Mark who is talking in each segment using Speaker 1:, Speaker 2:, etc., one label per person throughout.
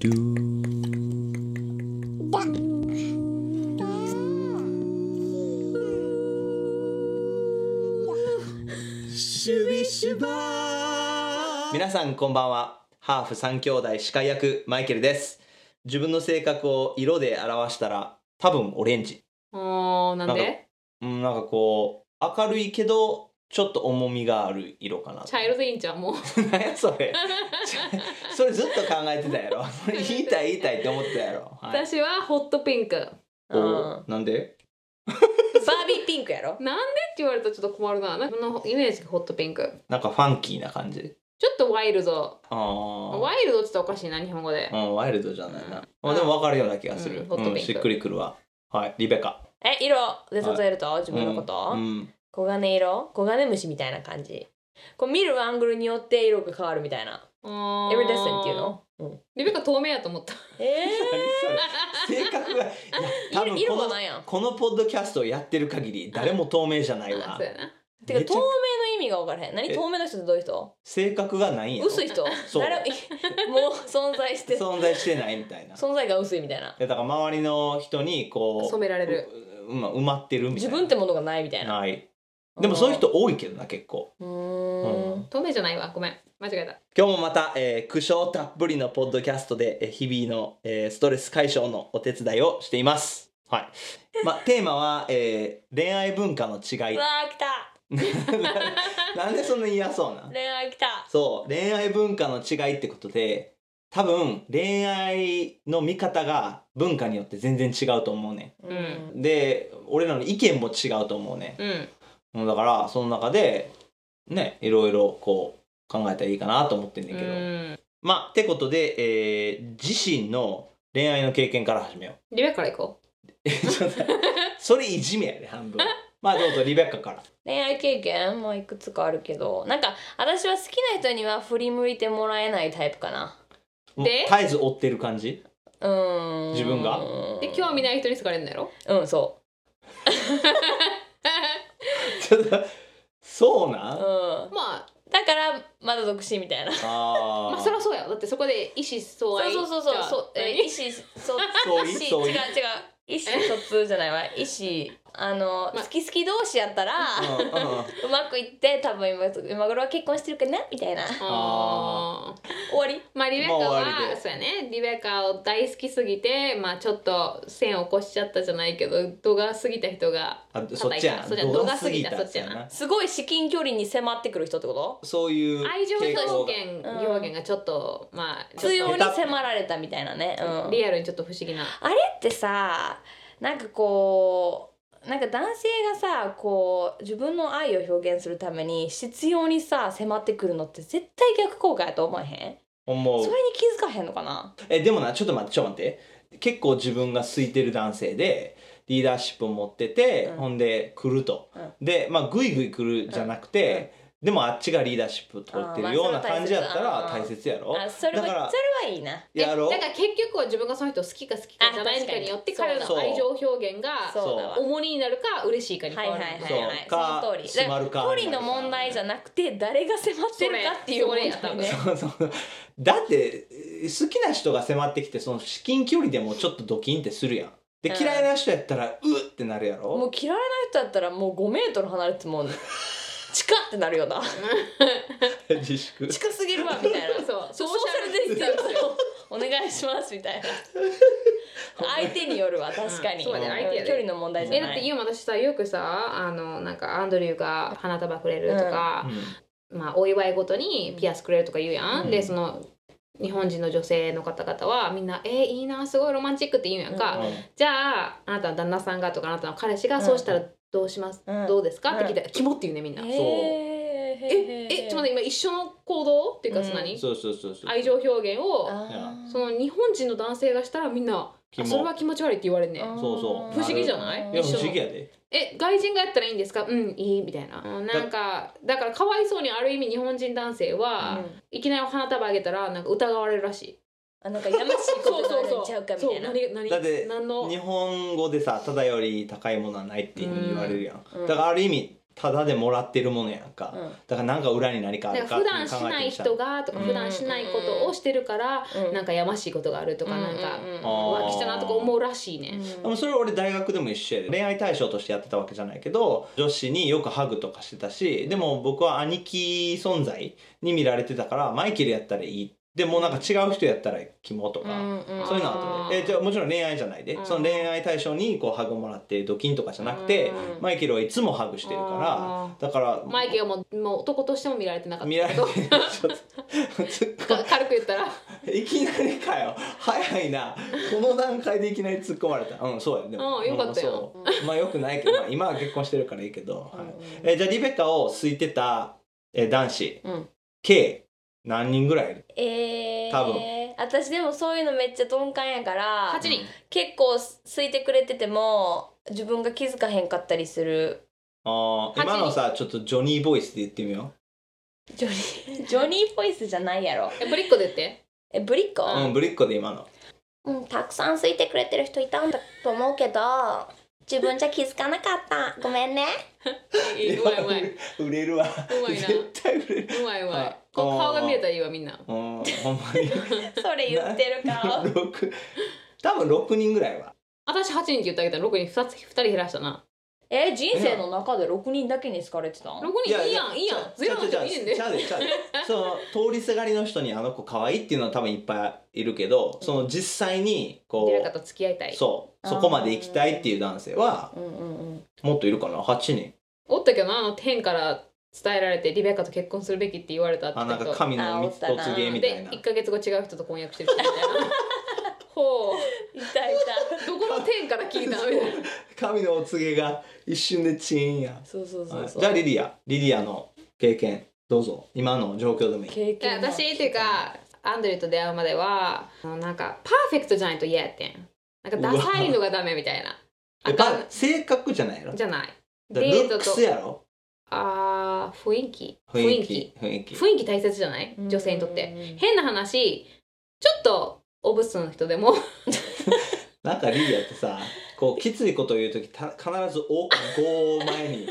Speaker 1: ドゥー
Speaker 2: シュビシュバ
Speaker 3: 皆さんこんばんはハーフ三兄弟司会役マイケルです自分の性格を色で表したら多分オレンジ
Speaker 4: おーなん
Speaker 3: なん
Speaker 4: で
Speaker 3: うんなんかこう明るいけどちょっと重みがある色かな
Speaker 4: 茶色でいいんじゃんもう
Speaker 3: 何やそれちゃそれずっと考えてた やろそれ言いたい言いたいって思ってたやろ、はい、
Speaker 4: 私はホットピンク
Speaker 3: お
Speaker 2: うん
Speaker 3: なんで
Speaker 2: バービーピンクやろ
Speaker 4: なんでって言われたらちょっと困るななんかこのイメージがホットピンク
Speaker 3: なんかファンキーな感じ
Speaker 4: ちょっとワイルド
Speaker 3: ああ
Speaker 4: ワイルドって言ったらおかしいな日本語で
Speaker 3: うん、ワイルドじゃないな、まあ、でも分かるような気がする
Speaker 4: う、んホットピンク
Speaker 3: しっくりくるわはいリベカ
Speaker 2: え色で例えると、自分のこと、
Speaker 3: うんうん
Speaker 2: 黄金色黄金虫みたいな感じこう見るアングルによって色が変わるみたいな
Speaker 4: エ
Speaker 2: エブリデッセンっていうの、うん、
Speaker 4: リベカ透明やと思った
Speaker 2: え
Speaker 3: 何それ性格がいや多分
Speaker 2: ー、色
Speaker 3: こ
Speaker 2: が
Speaker 3: の
Speaker 2: なんやん
Speaker 3: このポッドキャストをやってる限り誰も透明じゃないわ
Speaker 4: そうやな
Speaker 2: てか
Speaker 3: めちゃ
Speaker 2: 透明の意味が分からへん何
Speaker 3: え
Speaker 2: 透明の人ってどういう人
Speaker 3: 性格がないんやろ
Speaker 2: 薄い人
Speaker 3: そう
Speaker 2: 誰ももう存在して
Speaker 3: 存在してないみたいな
Speaker 2: 存在が薄いみたいな
Speaker 3: でだから周りの人にこう
Speaker 4: 染められる
Speaker 3: ううま埋まってるみた
Speaker 2: 自
Speaker 3: いな
Speaker 2: 分ってものがないみたいな
Speaker 3: ないでもそういう人多いけどな結構
Speaker 2: うーん
Speaker 4: 透明じゃないわごめん間違えた
Speaker 3: 今日もまた、えー苦笑たっぷりのポッドキャストで、えー日々の、えーストレス解消のお手伝いをしています。はい。まあ、テーマは、えー恋愛文化の違
Speaker 2: う
Speaker 3: い
Speaker 2: わ。ー来た
Speaker 3: なんでそんな嫌そうな
Speaker 2: 恋愛来た
Speaker 3: そう、恋愛文化の違いってことで、多分恋愛の見方が文化によって全然違うと思うね
Speaker 2: うん
Speaker 3: ん。で、俺らの意見も違うと思うね
Speaker 4: うん
Speaker 3: ん。だから、その中で、ね、いろいろこう考えたらいいかなと思ってんだ
Speaker 4: う
Speaker 3: けど。
Speaker 4: ん
Speaker 3: まあ、てことで、えー自身の恋愛の経験から始めよう。
Speaker 4: リベカから行こ
Speaker 3: ちょっとそれいじめやね、半分。まあ、どうぞ、リベッカから。
Speaker 2: 恋愛経験もいくつかあるけどなんか私は好きな人には振り向いてもらえないタイプかな
Speaker 4: で
Speaker 3: 絶えず追ってる感じ
Speaker 2: うーん
Speaker 3: 自分が
Speaker 4: うで興味ない人に好かれるんだろ
Speaker 2: うんそ
Speaker 3: ちょっと、そうな、
Speaker 2: う、うんん、
Speaker 4: まあ
Speaker 2: だからまだ独身みたいな
Speaker 3: あ
Speaker 4: ま
Speaker 3: あ。
Speaker 4: あそりゃそうやわだってそこで意思相
Speaker 2: そう
Speaker 4: 愛
Speaker 2: そうそうそうそう
Speaker 4: じゃあ
Speaker 2: え
Speaker 4: 何
Speaker 2: 意思疎
Speaker 3: そうい
Speaker 2: 意思
Speaker 3: そうい
Speaker 2: 違う違う意思疎通じゃないわ意思あの、
Speaker 4: ま
Speaker 2: 好き好き同士やったら、
Speaker 3: うんうん
Speaker 2: うまくいって多分今今頃は結婚してるかなみたいな
Speaker 4: あー
Speaker 2: 終わり
Speaker 4: まあリベカ
Speaker 3: まあ
Speaker 4: は、
Speaker 3: 終わりで
Speaker 4: そうやねリベカを大好きすぎてまあちょっと線を起こしちゃったじゃないけど度が過ぎた人が
Speaker 3: あそっちやな。
Speaker 4: そっちや
Speaker 3: 度が過ぎた。
Speaker 4: 度が過ぎたそっちやな
Speaker 3: そうやな
Speaker 2: すごい至近距離に迫ってくる人ってこと
Speaker 3: そういう
Speaker 4: 愛情
Speaker 3: 傾向
Speaker 4: 表
Speaker 3: が
Speaker 4: 現
Speaker 2: が
Speaker 4: 表現がちょっとまあ
Speaker 2: 必要
Speaker 4: ち
Speaker 2: に迫られたみたいなね、
Speaker 4: ょっ
Speaker 2: う
Speaker 4: と
Speaker 2: ん、
Speaker 4: リアルにちょっと不思議な
Speaker 2: あれってさなんかこうなんか男性がさこう自分の愛を表現するために必要にさ迫ってくるのって絶対逆効果やと思わへん
Speaker 3: 思
Speaker 2: そうれに気づかへんのかな
Speaker 3: えでもなちょっと待ってちょっと待って結構自分が空いてる男性でリーダーシップを持ってて、
Speaker 2: うん
Speaker 3: ほんで来ると、
Speaker 2: う
Speaker 3: でまあグイグイ来るじゃなくて、でもあっちがリーダーシップ取ってるような
Speaker 2: あーまあ
Speaker 3: 感じやったら
Speaker 2: それは大切
Speaker 3: 大切やろ、
Speaker 2: あそれは
Speaker 3: だ
Speaker 2: それ
Speaker 3: から
Speaker 2: はいいな
Speaker 3: やろう
Speaker 4: えだから結局は自分がその人を好きか好きかじゃないかによって
Speaker 2: あ確か
Speaker 4: 彼
Speaker 2: に
Speaker 4: の愛情表現が
Speaker 2: そうだわ
Speaker 4: 重荷になるか嬉しいかに
Speaker 2: はい
Speaker 4: 変
Speaker 2: は
Speaker 4: わ
Speaker 2: い
Speaker 4: る
Speaker 2: はい
Speaker 3: そう
Speaker 2: はい
Speaker 3: か
Speaker 2: その通り
Speaker 3: 閉まるか
Speaker 2: 距離の問題じゃなくて誰が迫ってるかっていう
Speaker 4: そ
Speaker 2: 問
Speaker 4: れそれ
Speaker 2: 題ね
Speaker 4: や
Speaker 3: そうそうだってえー好きな人が迫ってきてその至近距離でもちょっとドキンってするやんで
Speaker 2: うん
Speaker 3: 嫌いな人やったら、うってなるやろ
Speaker 2: もう嫌いな人だったらもう5メートル離れてもう近ってなるよな
Speaker 3: 自粛
Speaker 2: 近すぎるわみたいな
Speaker 4: そう
Speaker 2: ソ
Speaker 4: ソ
Speaker 2: ー
Speaker 4: ー
Speaker 2: シャル
Speaker 4: シャ
Speaker 2: デ
Speaker 4: ルデ
Speaker 2: ィ
Speaker 4: ィ
Speaker 2: ス
Speaker 4: ス
Speaker 2: タ
Speaker 4: タ
Speaker 2: ン
Speaker 4: ン
Speaker 2: ス
Speaker 4: ス
Speaker 2: をお願いしますみたいな相手によるわ確かに、
Speaker 4: うんそうだね相手やで
Speaker 2: 距離の問題じ
Speaker 4: え
Speaker 2: ゃ
Speaker 4: だっ
Speaker 2: な
Speaker 4: て
Speaker 2: い
Speaker 4: 今私さよくさあのなんかアンドリューが花束くれるとか、まあ、お祝いごとにピアスくれるとか言うやん、
Speaker 3: うん
Speaker 4: でその日本人の女性の方々はみんな「えー、いいなすごいロマンチック」って言うやんか、
Speaker 3: うん
Speaker 4: じゃああなたの旦那さんがとかあなたの彼氏
Speaker 2: う
Speaker 4: が
Speaker 2: ん
Speaker 4: そうしたらどうします、
Speaker 2: うん
Speaker 4: どうですか、って聞いたら「キモ」って言うねみんな。
Speaker 3: そう
Speaker 2: え
Speaker 4: ええちょっと待って今一緒の行動っていうか、
Speaker 2: うん
Speaker 4: その何
Speaker 3: そうそうそうそう
Speaker 4: 愛情表現をそ
Speaker 2: そ
Speaker 4: の日本人の男性がしたらみんな「
Speaker 3: キ
Speaker 4: あ
Speaker 3: モ
Speaker 4: それは気持ち悪い」って言われんねん
Speaker 3: そうそう
Speaker 4: 不思議じゃない
Speaker 3: いや
Speaker 4: 一緒の
Speaker 3: 不思議やで
Speaker 4: え外人がやったらいいんですかうんいいみたいなうんなんかだからかわいそうにある意味日本人男性は、いきなりお花束あげたらなんか疑われるらしい
Speaker 2: あなんかやましいことがあるんちゃうかみたいな
Speaker 4: そう何何
Speaker 3: だって
Speaker 4: 何の
Speaker 3: 日本語でさ「ただより高いものはない」っていうふうに言われるやん、
Speaker 2: うん
Speaker 3: だからある意味ただでもらってるものやんか、
Speaker 2: うん
Speaker 3: だからなんか裏に何かあ
Speaker 4: な
Speaker 3: る
Speaker 4: ん
Speaker 3: か
Speaker 4: か
Speaker 3: っ
Speaker 4: 普
Speaker 3: てい
Speaker 4: 段
Speaker 3: うの
Speaker 4: し
Speaker 3: 考えて
Speaker 4: ない
Speaker 3: みた
Speaker 4: 人がとか
Speaker 2: うん
Speaker 4: 普段しないことをしてるから
Speaker 2: うん
Speaker 4: なんかやましいことがあるとかなんか浮気したなとか思うらしいね
Speaker 3: でもそれ俺大学でも一緒やで恋愛対象としてやってたわけじゃないけど女子によくハグとかしてたしでも僕は兄貴存在に見られてたからマイケルやったらいいでもなんか違う人やったらキモとか、そういうのあった
Speaker 4: あー
Speaker 3: ねえじゃあもちろん恋愛じゃないで、
Speaker 4: うん
Speaker 3: その恋愛対象にこうハグもらってドキンとかじゃなくて、
Speaker 2: うん
Speaker 3: マイケルはいつもハグしてる
Speaker 4: あ
Speaker 3: からだから
Speaker 4: マイケルはもうもう男としても見られてなかった
Speaker 3: 見
Speaker 4: け
Speaker 3: られてち
Speaker 4: ど
Speaker 3: ょっと突っ込
Speaker 4: か軽く言ったら
Speaker 3: むいきなりかよ早いなこの段階でいきなり突っ込まれたうんそうやでも
Speaker 4: うんよかったよ
Speaker 3: うんそうまあよくないけど、まあ、今は結婚してるからいいけど、はいえじゃあリベカを好いてたえ男子
Speaker 2: うん
Speaker 3: 計何人ぐらいいる
Speaker 2: えー、
Speaker 3: 多分
Speaker 2: 私でもそういうのめっちゃ鈍感やから
Speaker 4: 8人
Speaker 2: 結構す空いてくれてても自分が気づかへんかったりする
Speaker 3: あー
Speaker 4: 八人
Speaker 3: 今のさちょっとジョニーボイスで言ってみよ
Speaker 2: ジョニージョニーボイスじゃないやろ
Speaker 4: えぶりっ子で言って
Speaker 2: えぶりっ子、
Speaker 3: う、うん、ぶりっ子で今の
Speaker 2: うん、たくさん空いてくれてる人いたんだと思うけど自分じゃ気づかなかったごめんね
Speaker 4: いいうまいうまい
Speaker 3: 売れるわ
Speaker 4: うまいな
Speaker 3: 絶対売れる
Speaker 4: うまいうま
Speaker 3: あ
Speaker 4: いこう顔が見えたらいいわみんな
Speaker 3: うんほんまに
Speaker 2: それ言ってる顔
Speaker 3: 6多分6人ぐらいは
Speaker 4: 私8人って言ってあげたら6人 2, つ2人減らしたな
Speaker 2: え人生の中で6人だけに好かれてたん
Speaker 4: 6人いいやんいいやんゼロなん
Speaker 3: じ
Speaker 4: て
Speaker 3: ゃ
Speaker 4: いいねんで
Speaker 3: ちゃうでちゃうでその通りすがりの人にあの子可愛いっていうのは多分いっぱいいるけどその実際にこ
Speaker 4: 誰か
Speaker 3: う
Speaker 4: と付き合いたい
Speaker 3: そうそこまで行きたいっていう男性は
Speaker 2: うんうんうん
Speaker 3: もっといるかな8人
Speaker 4: おったけどなあの天から伝えられてリベカと結婚するべきって言われたって
Speaker 3: あなんか
Speaker 4: 人
Speaker 3: 神の
Speaker 2: あおったな
Speaker 3: 蜜芸みたいな
Speaker 4: で1か月後違う人と婚約してる人みたいな ほう
Speaker 2: いたいた
Speaker 4: どこの天から 聞い たのみたいな
Speaker 3: 神のお告げが一瞬でチーンや
Speaker 2: そうそうそ
Speaker 3: は
Speaker 2: う
Speaker 3: い
Speaker 2: そう、
Speaker 3: じゃあリリアリリアの経験どうぞ今の状況でもいい
Speaker 2: 経
Speaker 4: で
Speaker 2: 験な
Speaker 4: 私っていうかアンドリューと出会うまではあのなんかパーフェクトじゃないと嫌やってんなんかダサいのがダメみたいな
Speaker 3: や
Speaker 4: あ
Speaker 3: っ
Speaker 4: か
Speaker 3: ぱ
Speaker 4: ん
Speaker 3: 性格じゃないやろ
Speaker 4: じゃない
Speaker 3: だ
Speaker 4: デ
Speaker 3: から
Speaker 4: ー
Speaker 3: ルッ
Speaker 4: ト
Speaker 3: ク
Speaker 4: と
Speaker 3: スやろ
Speaker 4: あー雰囲気
Speaker 3: 雰囲気雰囲気
Speaker 4: 雰囲気大切じゃない女性にとって変な話ちょっとオブスの人でも
Speaker 3: なんかリリアってさこうきついことを言う時た必ず「お」「ご」を 前に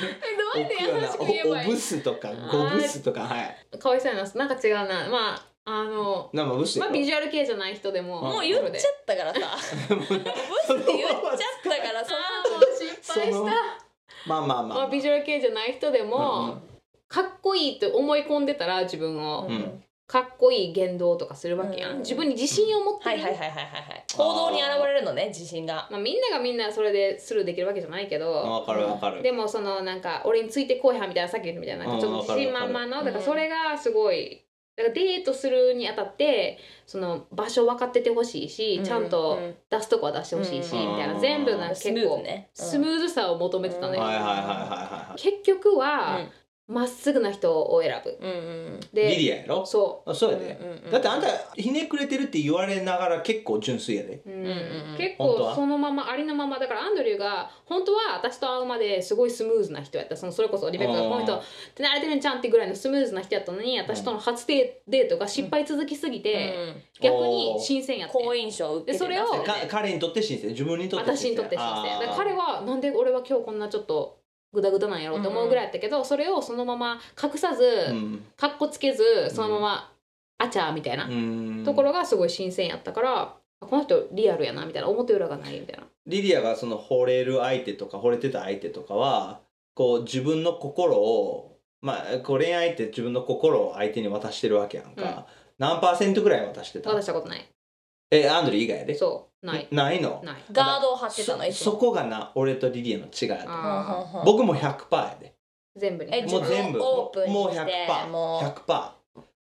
Speaker 4: えどうや
Speaker 3: 置
Speaker 4: って
Speaker 3: くような
Speaker 4: 優しく言えば
Speaker 3: 「
Speaker 4: い
Speaker 3: お
Speaker 4: い
Speaker 3: ぶす」とか「ごぶす」とかはい
Speaker 4: かわいそうやななんか違うなまああの
Speaker 3: なんかブス
Speaker 4: ま
Speaker 3: や
Speaker 4: あ
Speaker 3: ろ
Speaker 4: ビジュアル系じゃない人でも
Speaker 2: もう言っちゃったからさブスって言っちゃったからそ
Speaker 4: あ
Speaker 2: んな
Speaker 4: ーもう失敗し
Speaker 3: その
Speaker 4: た
Speaker 3: まあまあまあ
Speaker 4: まあビジュアル系じゃない人でも、
Speaker 3: うんうん
Speaker 4: かっこいいと思い込んでたら自分を、
Speaker 3: うん
Speaker 4: かっこいい言動とかするわけやん、
Speaker 2: うん
Speaker 4: 自分に自信を持って
Speaker 2: は
Speaker 4: る、
Speaker 2: いはいはいはいはいはい 行動に現れるのね自信が
Speaker 4: まあ、みんながみんなそれでスルーできるわけじゃないけど
Speaker 3: わかるわかる
Speaker 4: でもそのなんか俺についてこいはみたいなさっき言ったみたいななんかちょっと自信満々
Speaker 2: う
Speaker 4: の
Speaker 2: ん
Speaker 4: だからそれがすごいだからデートするにあたってその場所分かっててほしいし、ちゃんと出すとこは出してほしいし、
Speaker 3: うん
Speaker 4: みたいな全部なんか
Speaker 2: ス
Speaker 4: 結
Speaker 2: ムーズ
Speaker 4: 構
Speaker 2: ね
Speaker 4: スムーズさを求めてた
Speaker 3: は
Speaker 4: ね、
Speaker 3: い
Speaker 2: うん
Speaker 3: はいはいはいは
Speaker 4: 結局はま、っすぐな人を選ぶ
Speaker 2: うんうん
Speaker 3: いリ
Speaker 4: で
Speaker 3: リアやろ
Speaker 4: そ
Speaker 3: あそうやで
Speaker 2: うんうんうん
Speaker 3: だってあんたひねくれてるって言われながら結構純粋やで
Speaker 4: う、うん
Speaker 2: うんうん
Speaker 4: 結
Speaker 3: 本当は
Speaker 4: 構そのままありのままだからアンドリューが本当は私と会うまですごいスムーズな人やったそのそれこそリベッカが
Speaker 3: うん
Speaker 4: この人って慣れてるんちゃうんってぐらいのスムーズな人やったのに私との初デデートが失敗続きすぎて、逆に新鮮やって
Speaker 2: 好印象を受けて
Speaker 4: でそれを
Speaker 3: でか彼にとって新鮮自分にとって
Speaker 4: 私にとって新鮮
Speaker 3: あー
Speaker 4: だから彼はなんで俺は今日こんなちょっとグダグダなんやろうと思うぐらいやったけど、それをそのまま隠さず、
Speaker 3: うん
Speaker 4: かっこつけずそのまま、あちゃーみたいな、
Speaker 3: うん
Speaker 4: ところがすごい新鮮やったからあこの人リアルやなみたいな表裏がないみたいな
Speaker 3: リリアがその惚れる相手とか惚れてた相手とかはこう自分の心をまあこう恋愛って自分の心を相手に渡してるわけやんか、何パーセントぐらい渡してた
Speaker 4: 渡したことない
Speaker 3: えアンドリー以外やで
Speaker 4: そうない
Speaker 3: ないの
Speaker 4: ない
Speaker 2: ガードを張ってたのい
Speaker 3: そ
Speaker 2: つ
Speaker 3: そ
Speaker 2: も
Speaker 3: こがな俺とリリアの違いや
Speaker 4: あ
Speaker 3: と僕も100%やで
Speaker 4: ー全部に
Speaker 3: も
Speaker 2: え
Speaker 3: う全部
Speaker 2: 自分をオープンに
Speaker 3: もう
Speaker 2: してもう
Speaker 3: 100%100%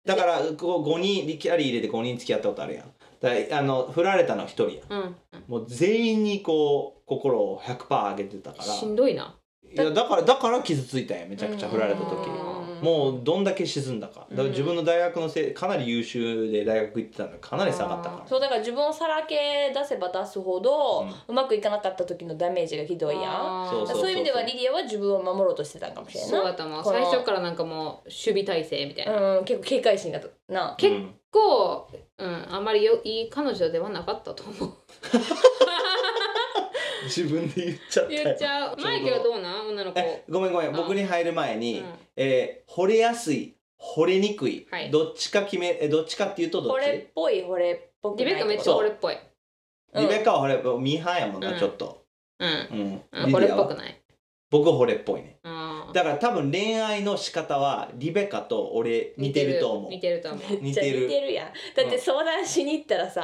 Speaker 3: だからこう5人リキャリー入れて5人付き合ったことあるやんだからあの振られたの1人やん
Speaker 4: うんうん
Speaker 3: もう全員にこう心を100%上げてたから
Speaker 4: しんどいない
Speaker 3: やだからだから傷ついたんやめちゃくちゃ振られた時
Speaker 4: うん
Speaker 3: もうどんだけ沈んだかだから自分の大学のせいかなり優秀で大学行ってたのにかなり下がったから
Speaker 2: そうだから自分をさらけ出せば出すほど、
Speaker 3: う
Speaker 2: うんまくいかなかった時のダメージがひどいやん
Speaker 4: あー
Speaker 3: そう
Speaker 2: だからそういう意味ではリリアは自分を守ろうとしてたかもしれん
Speaker 4: そう
Speaker 2: な
Speaker 4: だと思う
Speaker 2: この
Speaker 4: 最初からなんかもう守備体制みたいな、
Speaker 2: い、うん、結構警戒心がな
Speaker 4: 結
Speaker 3: うん
Speaker 4: 構、 うん、あんまりよいい彼女ではなかったと思う
Speaker 3: 自分で言っちゃったよ
Speaker 4: 言っちゃう
Speaker 3: ちょうど
Speaker 4: マイケルはどうなん女の子
Speaker 3: えごめんごめん
Speaker 4: あ
Speaker 3: 僕に入る前に、
Speaker 4: うん
Speaker 3: えー惚れやすい惚れにくい、
Speaker 4: はい
Speaker 3: どっちか決めえどっちかっていうとどっ
Speaker 2: 惚
Speaker 3: ち
Speaker 2: れっぽい惚れっぽくな
Speaker 4: リ
Speaker 2: い
Speaker 4: ベッカめっち
Speaker 3: そ
Speaker 4: ゃ
Speaker 3: う
Speaker 4: 俺っぽい
Speaker 2: う
Speaker 3: リ
Speaker 2: ん
Speaker 3: ベッカは惚れっぽいミーハーやもんな、
Speaker 4: うん
Speaker 3: ちょっと、
Speaker 4: うん
Speaker 3: うん
Speaker 4: あ
Speaker 3: リ
Speaker 4: こ
Speaker 3: デ
Speaker 4: れ
Speaker 3: ィ
Speaker 4: っ
Speaker 3: ア
Speaker 4: ぽく
Speaker 3: は
Speaker 4: ない
Speaker 3: 僕惚れっぽいね
Speaker 4: あー
Speaker 3: だから多分恋愛の仕方はリベッカと俺似てると思う
Speaker 4: 似てると思う
Speaker 2: めっちゃ似
Speaker 3: 似て
Speaker 2: てるやんだって相談しに行ったらさ、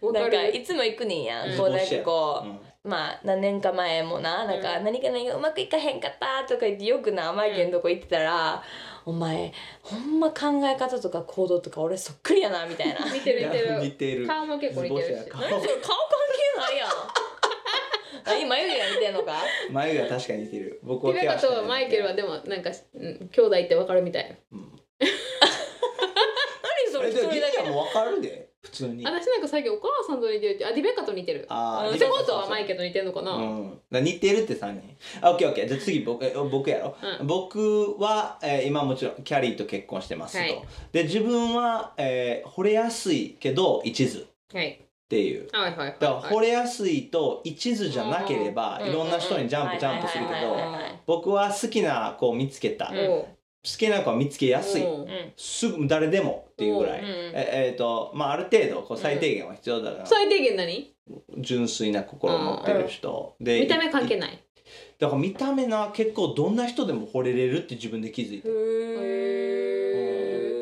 Speaker 4: わ
Speaker 2: な
Speaker 4: か
Speaker 2: んか
Speaker 4: る
Speaker 2: いつも行くねんやん、
Speaker 4: うん
Speaker 2: こうなんかこ
Speaker 3: う
Speaker 2: う、
Speaker 3: んうん
Speaker 2: まあ何年か前もななんか
Speaker 4: うん
Speaker 2: 何か何がうまくいかへんかったとか言ってよくなマイケルのとこ行ってたら「お前ほんま考え方とか行動とか俺そっくりやな」みたい な
Speaker 4: 似てる似て
Speaker 3: 似
Speaker 4: る
Speaker 3: てる
Speaker 4: 顔も結構似てる
Speaker 3: 図
Speaker 4: し
Speaker 3: 星や
Speaker 2: 何それ顔関係ないやん あ今眉毛が似てんのか
Speaker 3: 眉毛は確かに似てる僕は
Speaker 4: リベッカ
Speaker 3: しか
Speaker 4: とマイケルはでもなんかうん兄弟ってわかるみたい
Speaker 3: うん
Speaker 2: 何それ
Speaker 3: え
Speaker 2: 一
Speaker 3: でも
Speaker 2: 人
Speaker 3: リ
Speaker 2: だ
Speaker 3: ディ
Speaker 2: け
Speaker 3: アも分かるで普通に
Speaker 4: 私なんか最近お母さんと似てるってあリベッカと似てる
Speaker 3: あ
Speaker 4: うん
Speaker 3: ー
Speaker 4: ってことはマイケルと似てるのかな、
Speaker 3: うん、だから似てるって3人あオッケーオッケーじゃあ次僕え僕やろ、
Speaker 4: う
Speaker 3: 僕は、えー今もちろんキャリーと結婚してますと、
Speaker 4: はい
Speaker 3: で自分は、えー惚れやすいけど一途っ
Speaker 4: はい
Speaker 3: ていう
Speaker 4: はいはいはいはい
Speaker 3: だから惚れやすいと一途じゃなければ、
Speaker 2: うん
Speaker 3: いろんな人にジャンプジャンプするけ
Speaker 2: はいはいはい
Speaker 3: ど
Speaker 2: はい
Speaker 3: 僕は好きな子を見つけた、
Speaker 2: う
Speaker 3: 好
Speaker 2: ん
Speaker 4: おう
Speaker 3: きな子は見つけやすい、
Speaker 4: おう
Speaker 2: うん
Speaker 3: すぐ誰でもっていうぐらい、
Speaker 2: うんうん
Speaker 3: ええーとまあ、ある程度こう最低限は必要だから、
Speaker 4: 最低限何
Speaker 3: 純粋な心を持ってる人、で
Speaker 4: 見た目関係ない
Speaker 3: だから見た目な結構どんな人でも惚れれるって自分で気づいて、
Speaker 4: へ
Speaker 2: へ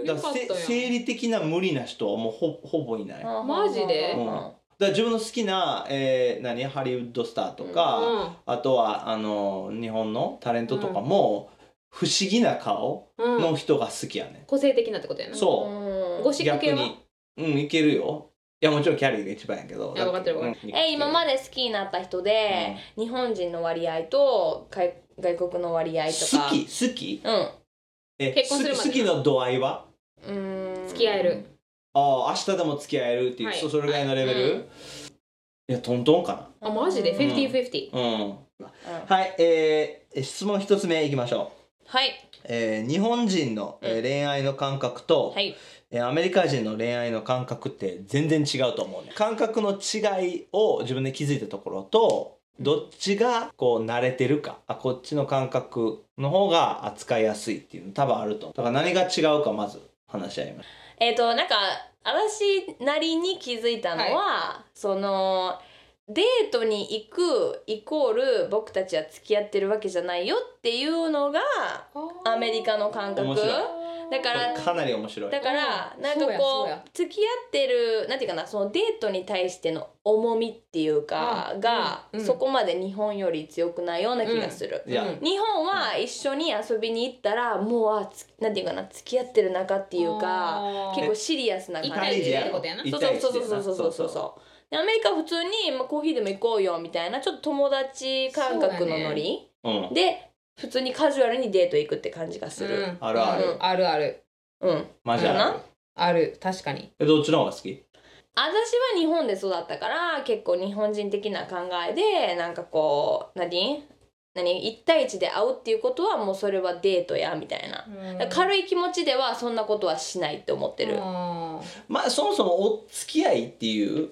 Speaker 4: ー
Speaker 2: え
Speaker 3: だから
Speaker 4: よ
Speaker 3: せ
Speaker 4: かったやん
Speaker 3: 生理的な無理な人はもうほほぼいない、だか
Speaker 4: マジで
Speaker 3: うんら自分の好きな、えー何ハリウッドスターとか、あとはあの日本のタレントとかも、不思議な顔
Speaker 4: うんうん
Speaker 3: の人が好きやね、
Speaker 4: 個性的なってことやな
Speaker 3: そ
Speaker 2: うん
Speaker 4: ゴシック系
Speaker 3: 逆
Speaker 4: は
Speaker 3: にうんいけるよいやもちろんキャリーが一番やけど
Speaker 4: いや分かってる分か
Speaker 3: うん
Speaker 2: え今まで好きになった人で、日本人の割合と外外国の割合とか
Speaker 3: 好き好き
Speaker 2: うん
Speaker 3: え
Speaker 4: 結婚するまで
Speaker 3: 好き好きの度合いは
Speaker 2: うーん
Speaker 4: 付き合える
Speaker 3: ああ明日でも付き合えるっていう、
Speaker 4: はい
Speaker 3: そそれぐらいのレベル、
Speaker 4: うん
Speaker 3: いやトントンか
Speaker 4: あマジで
Speaker 2: うん
Speaker 4: 50-50
Speaker 3: なうん
Speaker 2: うん
Speaker 3: はいえー、質問一つ目いきましょう
Speaker 2: はい
Speaker 3: えー日本人の、えー
Speaker 2: うん
Speaker 3: 恋愛の感覚と、
Speaker 2: はい
Speaker 3: えーアメリカ人の恋愛の感覚って全然違うと思うね感覚の違いを自分で気づいたところとどっちがこう慣れてるかあこっちの感覚の方が扱いやすいっていうの多分あると思うだから何が違うかまず話し合いまし
Speaker 2: えっ、となんか嵐なりに気づいたのは、そのデートに行くイコール僕たちは付き合ってるわけじゃないよっていうのがアメリカの感覚
Speaker 3: 面白
Speaker 2: だ
Speaker 3: た
Speaker 2: から
Speaker 3: これかなり面白い
Speaker 2: だから
Speaker 4: うん
Speaker 2: なんか
Speaker 4: そうやそ
Speaker 2: こ
Speaker 4: うや
Speaker 2: う付き合ってるなんていうかなそのデートに対しての重みっていうか
Speaker 4: あ
Speaker 2: が、
Speaker 4: うんうん
Speaker 2: そこまで日本より強くないような気がする。
Speaker 3: いや、
Speaker 4: うん
Speaker 2: 日本は一緒に遊びに行ったらもうあつなんていうかな付き合ってる仲っていうか
Speaker 4: あー
Speaker 2: 結構シリアスな
Speaker 4: 一
Speaker 2: 感
Speaker 4: 対
Speaker 2: じ
Speaker 4: 一でやる
Speaker 2: で
Speaker 4: ことやな
Speaker 3: 一
Speaker 2: そう
Speaker 3: 対一
Speaker 2: そう
Speaker 3: で
Speaker 2: そう
Speaker 3: な
Speaker 2: そうそうそうそうそうでアメリカは普通に、まあ、コーヒーでも行こうよみたいなちょっと友達感覚のノリ、
Speaker 3: う、うん、
Speaker 2: で普通にカジュアルにデート行くって感じがす
Speaker 4: う
Speaker 2: る
Speaker 4: ん
Speaker 3: あるある
Speaker 4: うんあるある
Speaker 2: うん、
Speaker 3: マジある
Speaker 2: かな
Speaker 4: ある確かに
Speaker 3: えどっちの方が好き
Speaker 2: 私は日本で育ったから結構日本人的な考えでなんかこう何何一対一で会うっていうことはもうそれはデートやみたいな、だから軽い気持ちではそんなことはしないって思ってる、
Speaker 4: あ
Speaker 3: まあそもそもお付き合いっていう
Speaker 2: うん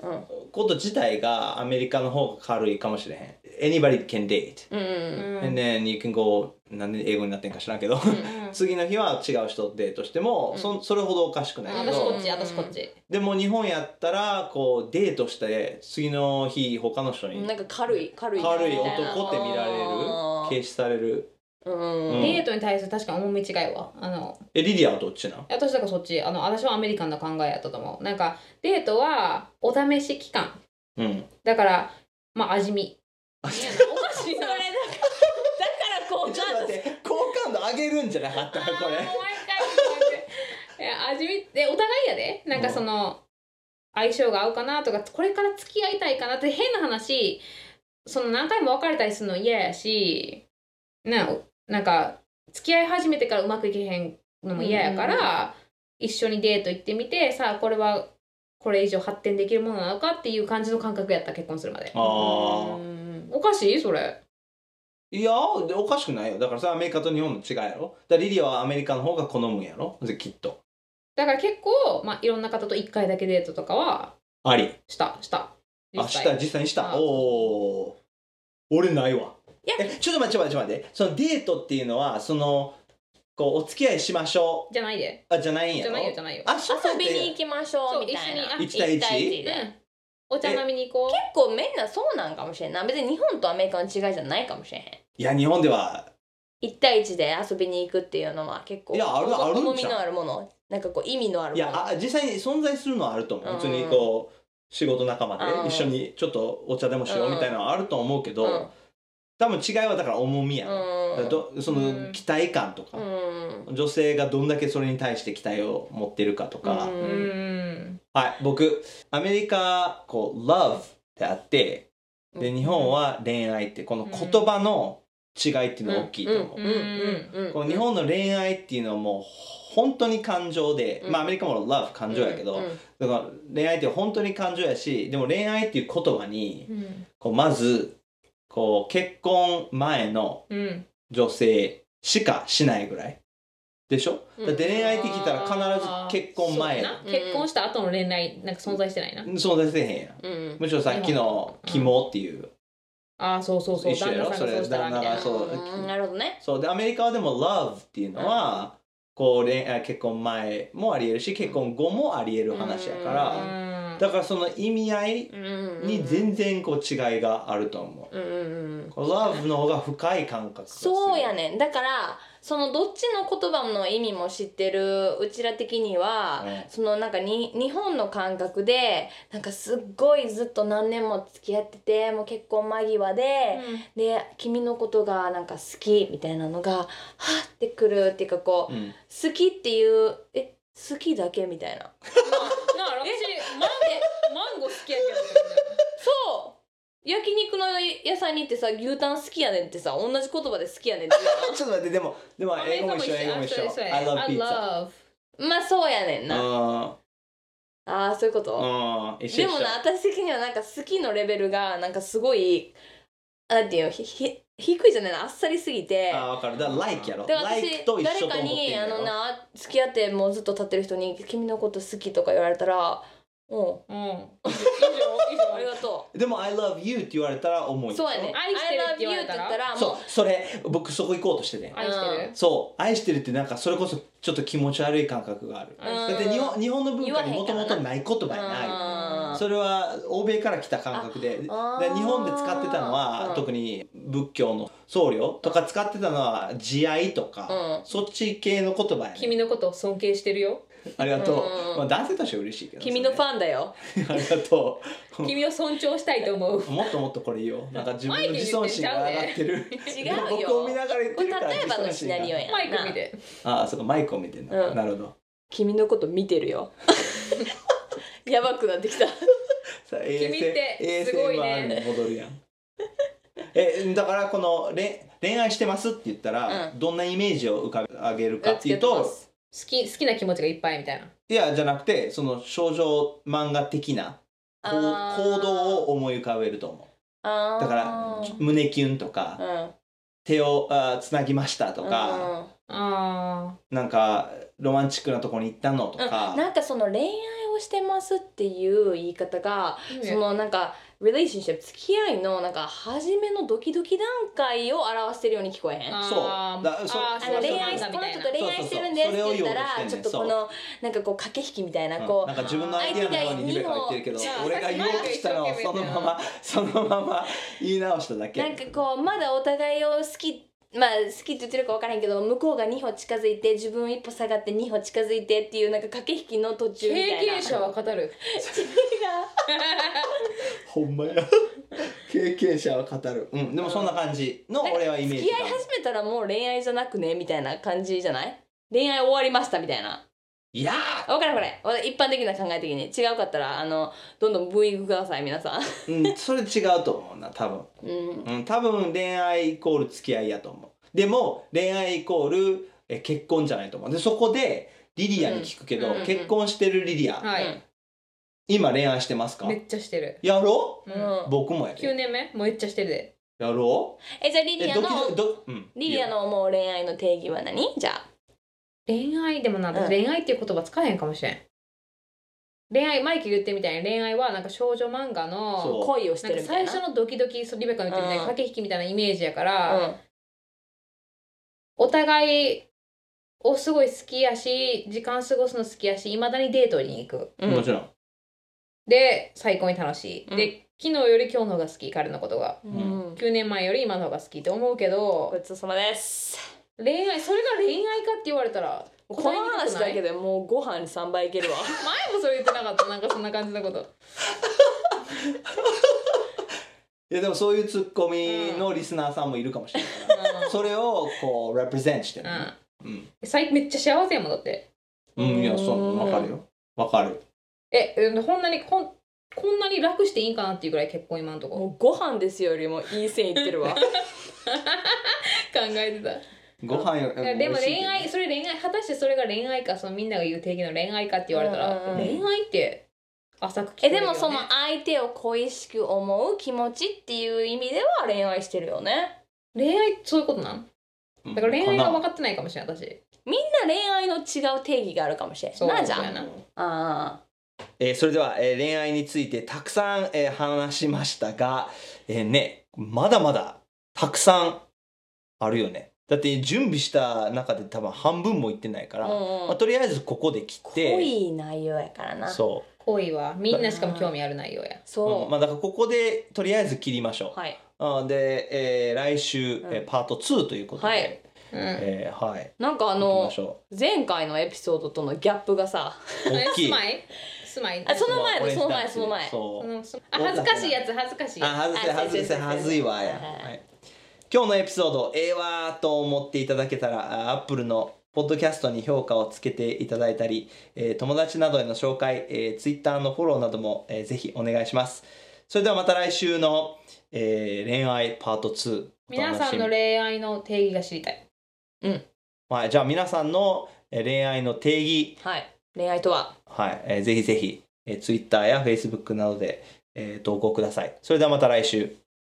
Speaker 3: こと自体がアメリカの方が軽いかもしれへん Anybody can date
Speaker 2: うんうん
Speaker 4: ー
Speaker 2: うん
Speaker 4: うん
Speaker 3: and then you can go なんで英語になってんか知らんけど
Speaker 4: うん
Speaker 3: 次の日は違う人とデートしても、
Speaker 2: うん
Speaker 3: そそれほどおかしくないけ
Speaker 4: 私
Speaker 3: ど
Speaker 4: こっち私こっち
Speaker 3: でも日本やったらこうデートして次の日他の人に
Speaker 2: なんか軽い軽い
Speaker 3: 軽い
Speaker 2: みたな
Speaker 3: 男って見られる
Speaker 2: あー
Speaker 3: 軽視される
Speaker 2: うん
Speaker 3: うん
Speaker 4: デートに対する確か重み違いはあの
Speaker 3: えリディアはどっちなん
Speaker 4: 私だからそっちあの私はアメリカンな考えやったと思うなんかデートはお試し期間
Speaker 3: うん
Speaker 4: だからまあ味見
Speaker 3: あちょ
Speaker 4: おかし
Speaker 2: それだからだからこう
Speaker 3: っと待って好感度上げるんじゃなかった
Speaker 4: あーもう
Speaker 3: これ
Speaker 4: 一回いや味見ってお互いやでなんかその相性が合うかなとかこれから付き合いたいかなって変な話その何回も別れたりするの嫌やしななんか付き合い始めてからうまくいけへんのも嫌やから、一緒にデート行ってみてさあこれはこれ以上発展できるものなのかっていう感じの感覚やった結婚するまで
Speaker 3: あー
Speaker 2: うん
Speaker 4: おかしいそれ
Speaker 3: いやでおかしくないよだからさアメリカと日本の違いやろだからリリアはアメリカの方が好むんやろできっと
Speaker 4: だから結構、まあ、いろんな方と1回だけデートとかは
Speaker 3: あり
Speaker 4: したした
Speaker 3: あした実際にした
Speaker 4: あ
Speaker 3: おお俺ないわ
Speaker 2: いや
Speaker 3: えちょっと待ってちょっと待ってちょっと待ってそのデートっていうのはそのこうお付き合いしましょ
Speaker 4: じゃないで
Speaker 3: うあじゃないんや
Speaker 4: じゃ
Speaker 3: ろ
Speaker 4: ないよじゃないよ
Speaker 3: あそうやっ
Speaker 2: 遊
Speaker 3: て
Speaker 2: びに行きましょ
Speaker 4: そうう
Speaker 2: みたいな
Speaker 4: 一緒にあ
Speaker 3: 一対一
Speaker 2: 一で、
Speaker 4: うんお茶飲みに行こう
Speaker 2: 結構みんなそうなんかもしれんない別に日本とアメリカの違いじゃないかもしれへん
Speaker 3: いや日本では
Speaker 2: 一対一で遊びに行くっていうのは結構
Speaker 3: いやある
Speaker 2: お
Speaker 3: あるんちゃう
Speaker 2: 重みのあるものなんかこう意味のある
Speaker 3: い
Speaker 2: も
Speaker 3: や
Speaker 2: の
Speaker 3: あ実際に存在するのはあると思う、
Speaker 2: うん
Speaker 3: 普通にこう仕事仲間
Speaker 2: うん
Speaker 3: で一緒にちょっとお茶でもしようみたいなのはあると思うけど、
Speaker 2: うん
Speaker 3: 多分違いはだから重みや、ね
Speaker 2: うん
Speaker 3: どそうの
Speaker 4: ん
Speaker 3: 期待感とか
Speaker 2: う、ん
Speaker 3: 女性がどんだけそれに対して期待を持ってるかとか、
Speaker 2: うん
Speaker 4: うん
Speaker 3: はい僕アメリカこう「love」ってあってで日本は恋愛ってこの言葉の違いっていうのが大きいと思う。
Speaker 2: うんうんうん
Speaker 3: この日本の恋愛っていうのはもう本当に感情で、
Speaker 2: うん
Speaker 3: まあアメリカも love 感情やけど、
Speaker 2: うんうん
Speaker 3: だから恋愛って本当に感情やしでも恋愛っていう言葉に
Speaker 4: うん
Speaker 3: こうまずこう結婚前の
Speaker 4: うん
Speaker 3: 女性しかしないぐらいでしょ、
Speaker 2: うん
Speaker 3: だって恋愛って聞いたら
Speaker 4: あー
Speaker 3: 必ず結婚
Speaker 4: そう
Speaker 3: 前
Speaker 4: やな
Speaker 2: うん
Speaker 4: 結婚した後の恋愛なんか存在してないな
Speaker 3: 存在せえへんやん
Speaker 2: うん
Speaker 3: むしろさっきの「肝」っていう、
Speaker 4: ああそうそうそう
Speaker 3: 一緒
Speaker 4: 旦
Speaker 3: や
Speaker 4: 那
Speaker 3: ろ
Speaker 4: さんがそうしたらみたいな
Speaker 3: それ旦那がそう
Speaker 2: うんなるほどね
Speaker 3: そうでアメリカはでも「love」っていうのは、こう恋愛結婚前もありえるし結婚後もありえる話やから、
Speaker 2: う
Speaker 3: だからその意味合いに全然こう違いがあると思う。
Speaker 2: うんうんうん
Speaker 3: こうラブの方が深い感覚がする
Speaker 2: そうやねんだからそのどっちの言葉の意味も知ってるうちら的には、
Speaker 3: うん
Speaker 2: そのなんかに日本の感覚でなんかすっごいずっと何年も付き合っててもう結婚間際で、で君のことがなんか好きみたいなのがはーってくるっていうかこう、
Speaker 3: うん
Speaker 2: 好きっていうえ好きだけみたいな
Speaker 4: なあ私マンゴーマンゴー好きやけど
Speaker 2: そう焼肉の屋さんに行ってさ牛タン好きやねんってさ同じ言葉で好きやねんって言うやろ
Speaker 3: ちょっと待ってでもでも英語も一緒英語も一緒
Speaker 4: あそうや
Speaker 3: I
Speaker 4: そうや
Speaker 3: love pizza
Speaker 2: まあそうやねん
Speaker 3: う
Speaker 2: な、
Speaker 3: ん
Speaker 2: ああそういうこと、
Speaker 3: うん一緒
Speaker 2: で
Speaker 3: 一
Speaker 2: も
Speaker 3: 緒
Speaker 2: な私的にはなんか好きのレベルがなんかすごいなんていうのひひ低いじゃないのあっさりすぎて
Speaker 3: あ分かるだから like やろ
Speaker 2: で私
Speaker 3: like と一緒と思
Speaker 2: 誰
Speaker 3: っ
Speaker 2: か
Speaker 3: て
Speaker 2: に
Speaker 3: る
Speaker 2: あ
Speaker 3: んだ
Speaker 2: の
Speaker 3: よ
Speaker 2: な付き合ってもうずっと経ってる人に「君のこと好き」とか言われたら「うん
Speaker 4: うん以上
Speaker 2: あ
Speaker 4: 以
Speaker 2: り
Speaker 4: 上
Speaker 2: がと
Speaker 3: でも I love you って言われたら重
Speaker 2: う」
Speaker 3: い
Speaker 2: そうやね「
Speaker 4: 愛してる
Speaker 2: I
Speaker 4: っ
Speaker 2: love
Speaker 4: て言わ
Speaker 2: you」っ
Speaker 4: れ
Speaker 2: て
Speaker 4: たら
Speaker 2: 言ったらもう
Speaker 3: そうそれ僕そこ行こうとしてて
Speaker 4: 愛してる
Speaker 3: そう愛してるってなんかそれこそちょっと気持ち悪い感覚がある
Speaker 4: 愛
Speaker 2: うん
Speaker 4: し
Speaker 3: だって日本日本の文化に
Speaker 2: 言わへ
Speaker 3: も
Speaker 2: ん
Speaker 3: と
Speaker 2: からな
Speaker 3: もとない言葉やない
Speaker 2: うん
Speaker 3: それは欧米から来た感覚でで日
Speaker 2: あー
Speaker 3: 本で使ってたのは、
Speaker 2: うん
Speaker 3: 特に仏教の僧侶とか使ってたのは慈愛とか、
Speaker 2: うん
Speaker 3: そっち系の言葉や
Speaker 4: 君
Speaker 3: ね
Speaker 4: のことを尊敬してる よ
Speaker 3: ありがとう、
Speaker 2: うん
Speaker 3: まあ、男性としては嬉しいけど
Speaker 2: 君のフ
Speaker 3: ァ
Speaker 2: ァンだよ
Speaker 3: ンありがと
Speaker 4: 君を尊重したいと思う
Speaker 3: うもっともっとこれ言おうなんか自分の自尊心が上がってる
Speaker 2: 違うよ
Speaker 3: 僕を見ながら言っ」
Speaker 2: こ
Speaker 3: て
Speaker 2: れ
Speaker 3: るから
Speaker 2: 例え
Speaker 3: 自
Speaker 2: ばの
Speaker 3: 尊
Speaker 2: シ
Speaker 3: 心
Speaker 2: ナ
Speaker 3: が
Speaker 2: リオやんな
Speaker 4: マイク見て
Speaker 3: ああそうかマイクを見てんの、
Speaker 2: うん
Speaker 3: なるほど
Speaker 2: 君のこと見てるよ やばくなってきた
Speaker 3: さあ AS
Speaker 4: 君ってすごいね
Speaker 3: ASMR に戻るやん えだからこの恋「恋愛してます」って言ったら、
Speaker 2: う
Speaker 3: どんなイメージを浮かべ上げるかっていうと
Speaker 4: 好き好きな気持ちがいっぱいみたいない
Speaker 3: やじゃなくてその少女漫画的なこう
Speaker 2: あー
Speaker 3: 行動を思い浮かべると思うだから胸キュンとか
Speaker 2: ら
Speaker 3: 手をあーつなぎましたと
Speaker 2: と
Speaker 3: か
Speaker 4: あ
Speaker 3: なんかロマンチックなとこに行ったのと
Speaker 2: うん、
Speaker 3: か
Speaker 2: なんかその恋愛をしてますっていう言い方が、
Speaker 4: あ
Speaker 2: そのなんか relationship 付き合いのなんか初めのドキドキ段階を表してるように聞こえへん。あ
Speaker 3: そうだそう
Speaker 4: あー
Speaker 3: そう
Speaker 2: の
Speaker 3: そう
Speaker 2: 恋愛
Speaker 4: し
Speaker 2: こ
Speaker 4: て
Speaker 2: の人
Speaker 4: こと
Speaker 2: と恋愛してるんですって言ったら
Speaker 3: そう
Speaker 2: ち
Speaker 3: そ
Speaker 2: ょっ
Speaker 3: うそう
Speaker 2: と
Speaker 3: それを言おうとしてんねん
Speaker 2: このなんかこう駆け引きみたいな
Speaker 3: うん
Speaker 2: こ
Speaker 3: なん
Speaker 2: う
Speaker 3: か自分のアイデアの方にリベが言ってるけど
Speaker 4: 相手が
Speaker 3: 俺が言おうとしたのをそのままそのまま言い直しただけ
Speaker 2: なんかこうまだお互いを好きまあ好きって言ってるか分からへんけど向こうが2歩近づいて自分一歩下がって2歩近づいてっていうなんか駆け引きの途中
Speaker 4: 経
Speaker 2: みたいな
Speaker 4: 験 者は語る
Speaker 3: ほんまや 経験者は語るうんでもそんな感じの俺はイメー
Speaker 2: 付
Speaker 3: ジ
Speaker 2: き
Speaker 3: が
Speaker 2: 合い始めたらもう恋愛じゃなくねみたいな感じじゃない恋愛終わりましたみたいない
Speaker 3: やー
Speaker 2: 分からんこれわ一般的な考え的に違うかったらあのどんどんブーイングください皆さん
Speaker 3: うん、それ違うと思うな多分、
Speaker 2: うん
Speaker 3: うん、多分恋愛イコール付き合いやと思うでも恋愛イコールえ結婚じゃないと思うでそこでリリアに聞くけど、
Speaker 2: うん
Speaker 3: 結婚してるリリア、
Speaker 4: は
Speaker 2: う
Speaker 4: い
Speaker 2: ん
Speaker 3: 今恋愛してますか
Speaker 4: めっちゃしてる
Speaker 3: やろ
Speaker 2: う
Speaker 4: うんん
Speaker 3: う僕もや
Speaker 4: 9
Speaker 3: で
Speaker 4: 年目めっちゃしてるで
Speaker 3: やろう
Speaker 2: えじゃあリリ
Speaker 3: え
Speaker 2: ア
Speaker 3: ド
Speaker 2: の
Speaker 3: キドキど、うん、
Speaker 2: リリアの思う恋愛の定義は何じゃあ
Speaker 4: 恋愛でもな
Speaker 2: うん
Speaker 4: 私恋愛っていう言葉使わへんかもしれん恋愛マイキー言ってるみたいな恋愛はなんか少女漫画の
Speaker 3: そう
Speaker 2: 恋をし
Speaker 4: なんか
Speaker 2: てるみたい
Speaker 4: 最
Speaker 2: な
Speaker 4: 初のドキドキそうリベカの言ってるみたいな
Speaker 2: うん
Speaker 4: 駆け引きみたいなイメージやから、お互いをすごい好きやし時間過ごすの好きやしいまだにデートに行く
Speaker 2: うん、う
Speaker 3: も
Speaker 2: ん
Speaker 3: ちろん
Speaker 4: で最高に楽しい、
Speaker 2: うん
Speaker 4: で昨日より今日の方が好き彼のことが
Speaker 2: うん、
Speaker 4: 9年前より今の方が好きって思うけど
Speaker 2: ごちそうさまです
Speaker 4: 恋愛それが恋愛かって言われたら
Speaker 2: この話だけでもうご飯に3杯いけるわ
Speaker 4: 前もそれ言ってなかったなんかそんな感じのこと
Speaker 3: いやでもそういうツッコミのリスナーさんもいるかもしれないから、それをこうレプレゼンしてる、ねうん
Speaker 4: うん最めっちゃ幸せやもんだって
Speaker 3: うんいやそうわかるよわかる
Speaker 4: えうんこんなにこんこんなに楽していいんかなっていうぐらい結婚今のとこ
Speaker 2: もうご飯ですよりもいい線いって るわ
Speaker 4: 考えてた
Speaker 3: ご飯よ
Speaker 4: いやでも恋愛それ恋愛果たしてそれが恋愛かそのみんなが言う定義の恋愛かって言われたら、
Speaker 2: うんうん
Speaker 3: うん
Speaker 4: 恋愛って浅く聞こ
Speaker 2: え
Speaker 4: るよ
Speaker 2: で
Speaker 4: ね
Speaker 2: もその相手を恋しく思う気持ちっていう意味では恋愛してるよね
Speaker 4: 恋愛そういうことなん
Speaker 3: うん
Speaker 4: だから恋愛が分
Speaker 3: か
Speaker 4: かってないかもしれない私
Speaker 2: みんな恋愛の違う定義があるかもしれん
Speaker 4: そう
Speaker 2: なじゃ
Speaker 4: そうんや
Speaker 2: あ
Speaker 4: な
Speaker 2: あ
Speaker 3: えーそれでは、えー恋愛についてたくさん、えー話しましたが、えーねまだまだたくさんあるよねだって準備した中で多分半分もいってないから、
Speaker 2: うんうん
Speaker 3: まあ、とりあえずここで切って
Speaker 2: 濃い内容やからな
Speaker 3: そ
Speaker 4: 恋はみんなしかも興味ある内容や
Speaker 3: う、
Speaker 2: そう、
Speaker 3: うんまあ、だからここでとりあえず切りましょう、
Speaker 2: はい
Speaker 3: あーで、えー来週、
Speaker 2: ん
Speaker 3: えーパート2ということで、
Speaker 2: はい
Speaker 4: うん、
Speaker 3: えーはい
Speaker 2: なんか
Speaker 3: 行
Speaker 2: あ
Speaker 3: きま
Speaker 2: の
Speaker 3: しょ
Speaker 2: 前回のエピソードとのギャップがさ
Speaker 3: う大き
Speaker 4: 住
Speaker 3: い
Speaker 4: まい住まい
Speaker 2: あその前
Speaker 3: オレンジ
Speaker 2: その前
Speaker 3: ダンス
Speaker 2: その前
Speaker 3: そう
Speaker 4: うんそあ恥ずかしいやつ恥ずかしい
Speaker 3: あ、はずせ、
Speaker 2: あ
Speaker 3: はず
Speaker 2: そ
Speaker 3: せ、
Speaker 2: うそう
Speaker 3: はずいわや。
Speaker 2: そうそう
Speaker 3: はい今日のエピソード、ええわーと思っていただけたら、アップルのポッドキャストに評価をつけていただいたり、えー友達などへの紹介、えー、Twitter のフォローなども、えーぜひお願いします。それではまた来週の、えー恋愛パート2。
Speaker 4: 皆さんの
Speaker 3: お楽しみ
Speaker 4: 恋愛の定義が知りたい
Speaker 3: はい、じゃあ皆さんのえー恋愛の定義、
Speaker 2: はい恋愛とは
Speaker 3: はい、えーぜひぜひ、えー、Twitter や Facebook などで、えー投稿ください。それではまた来週。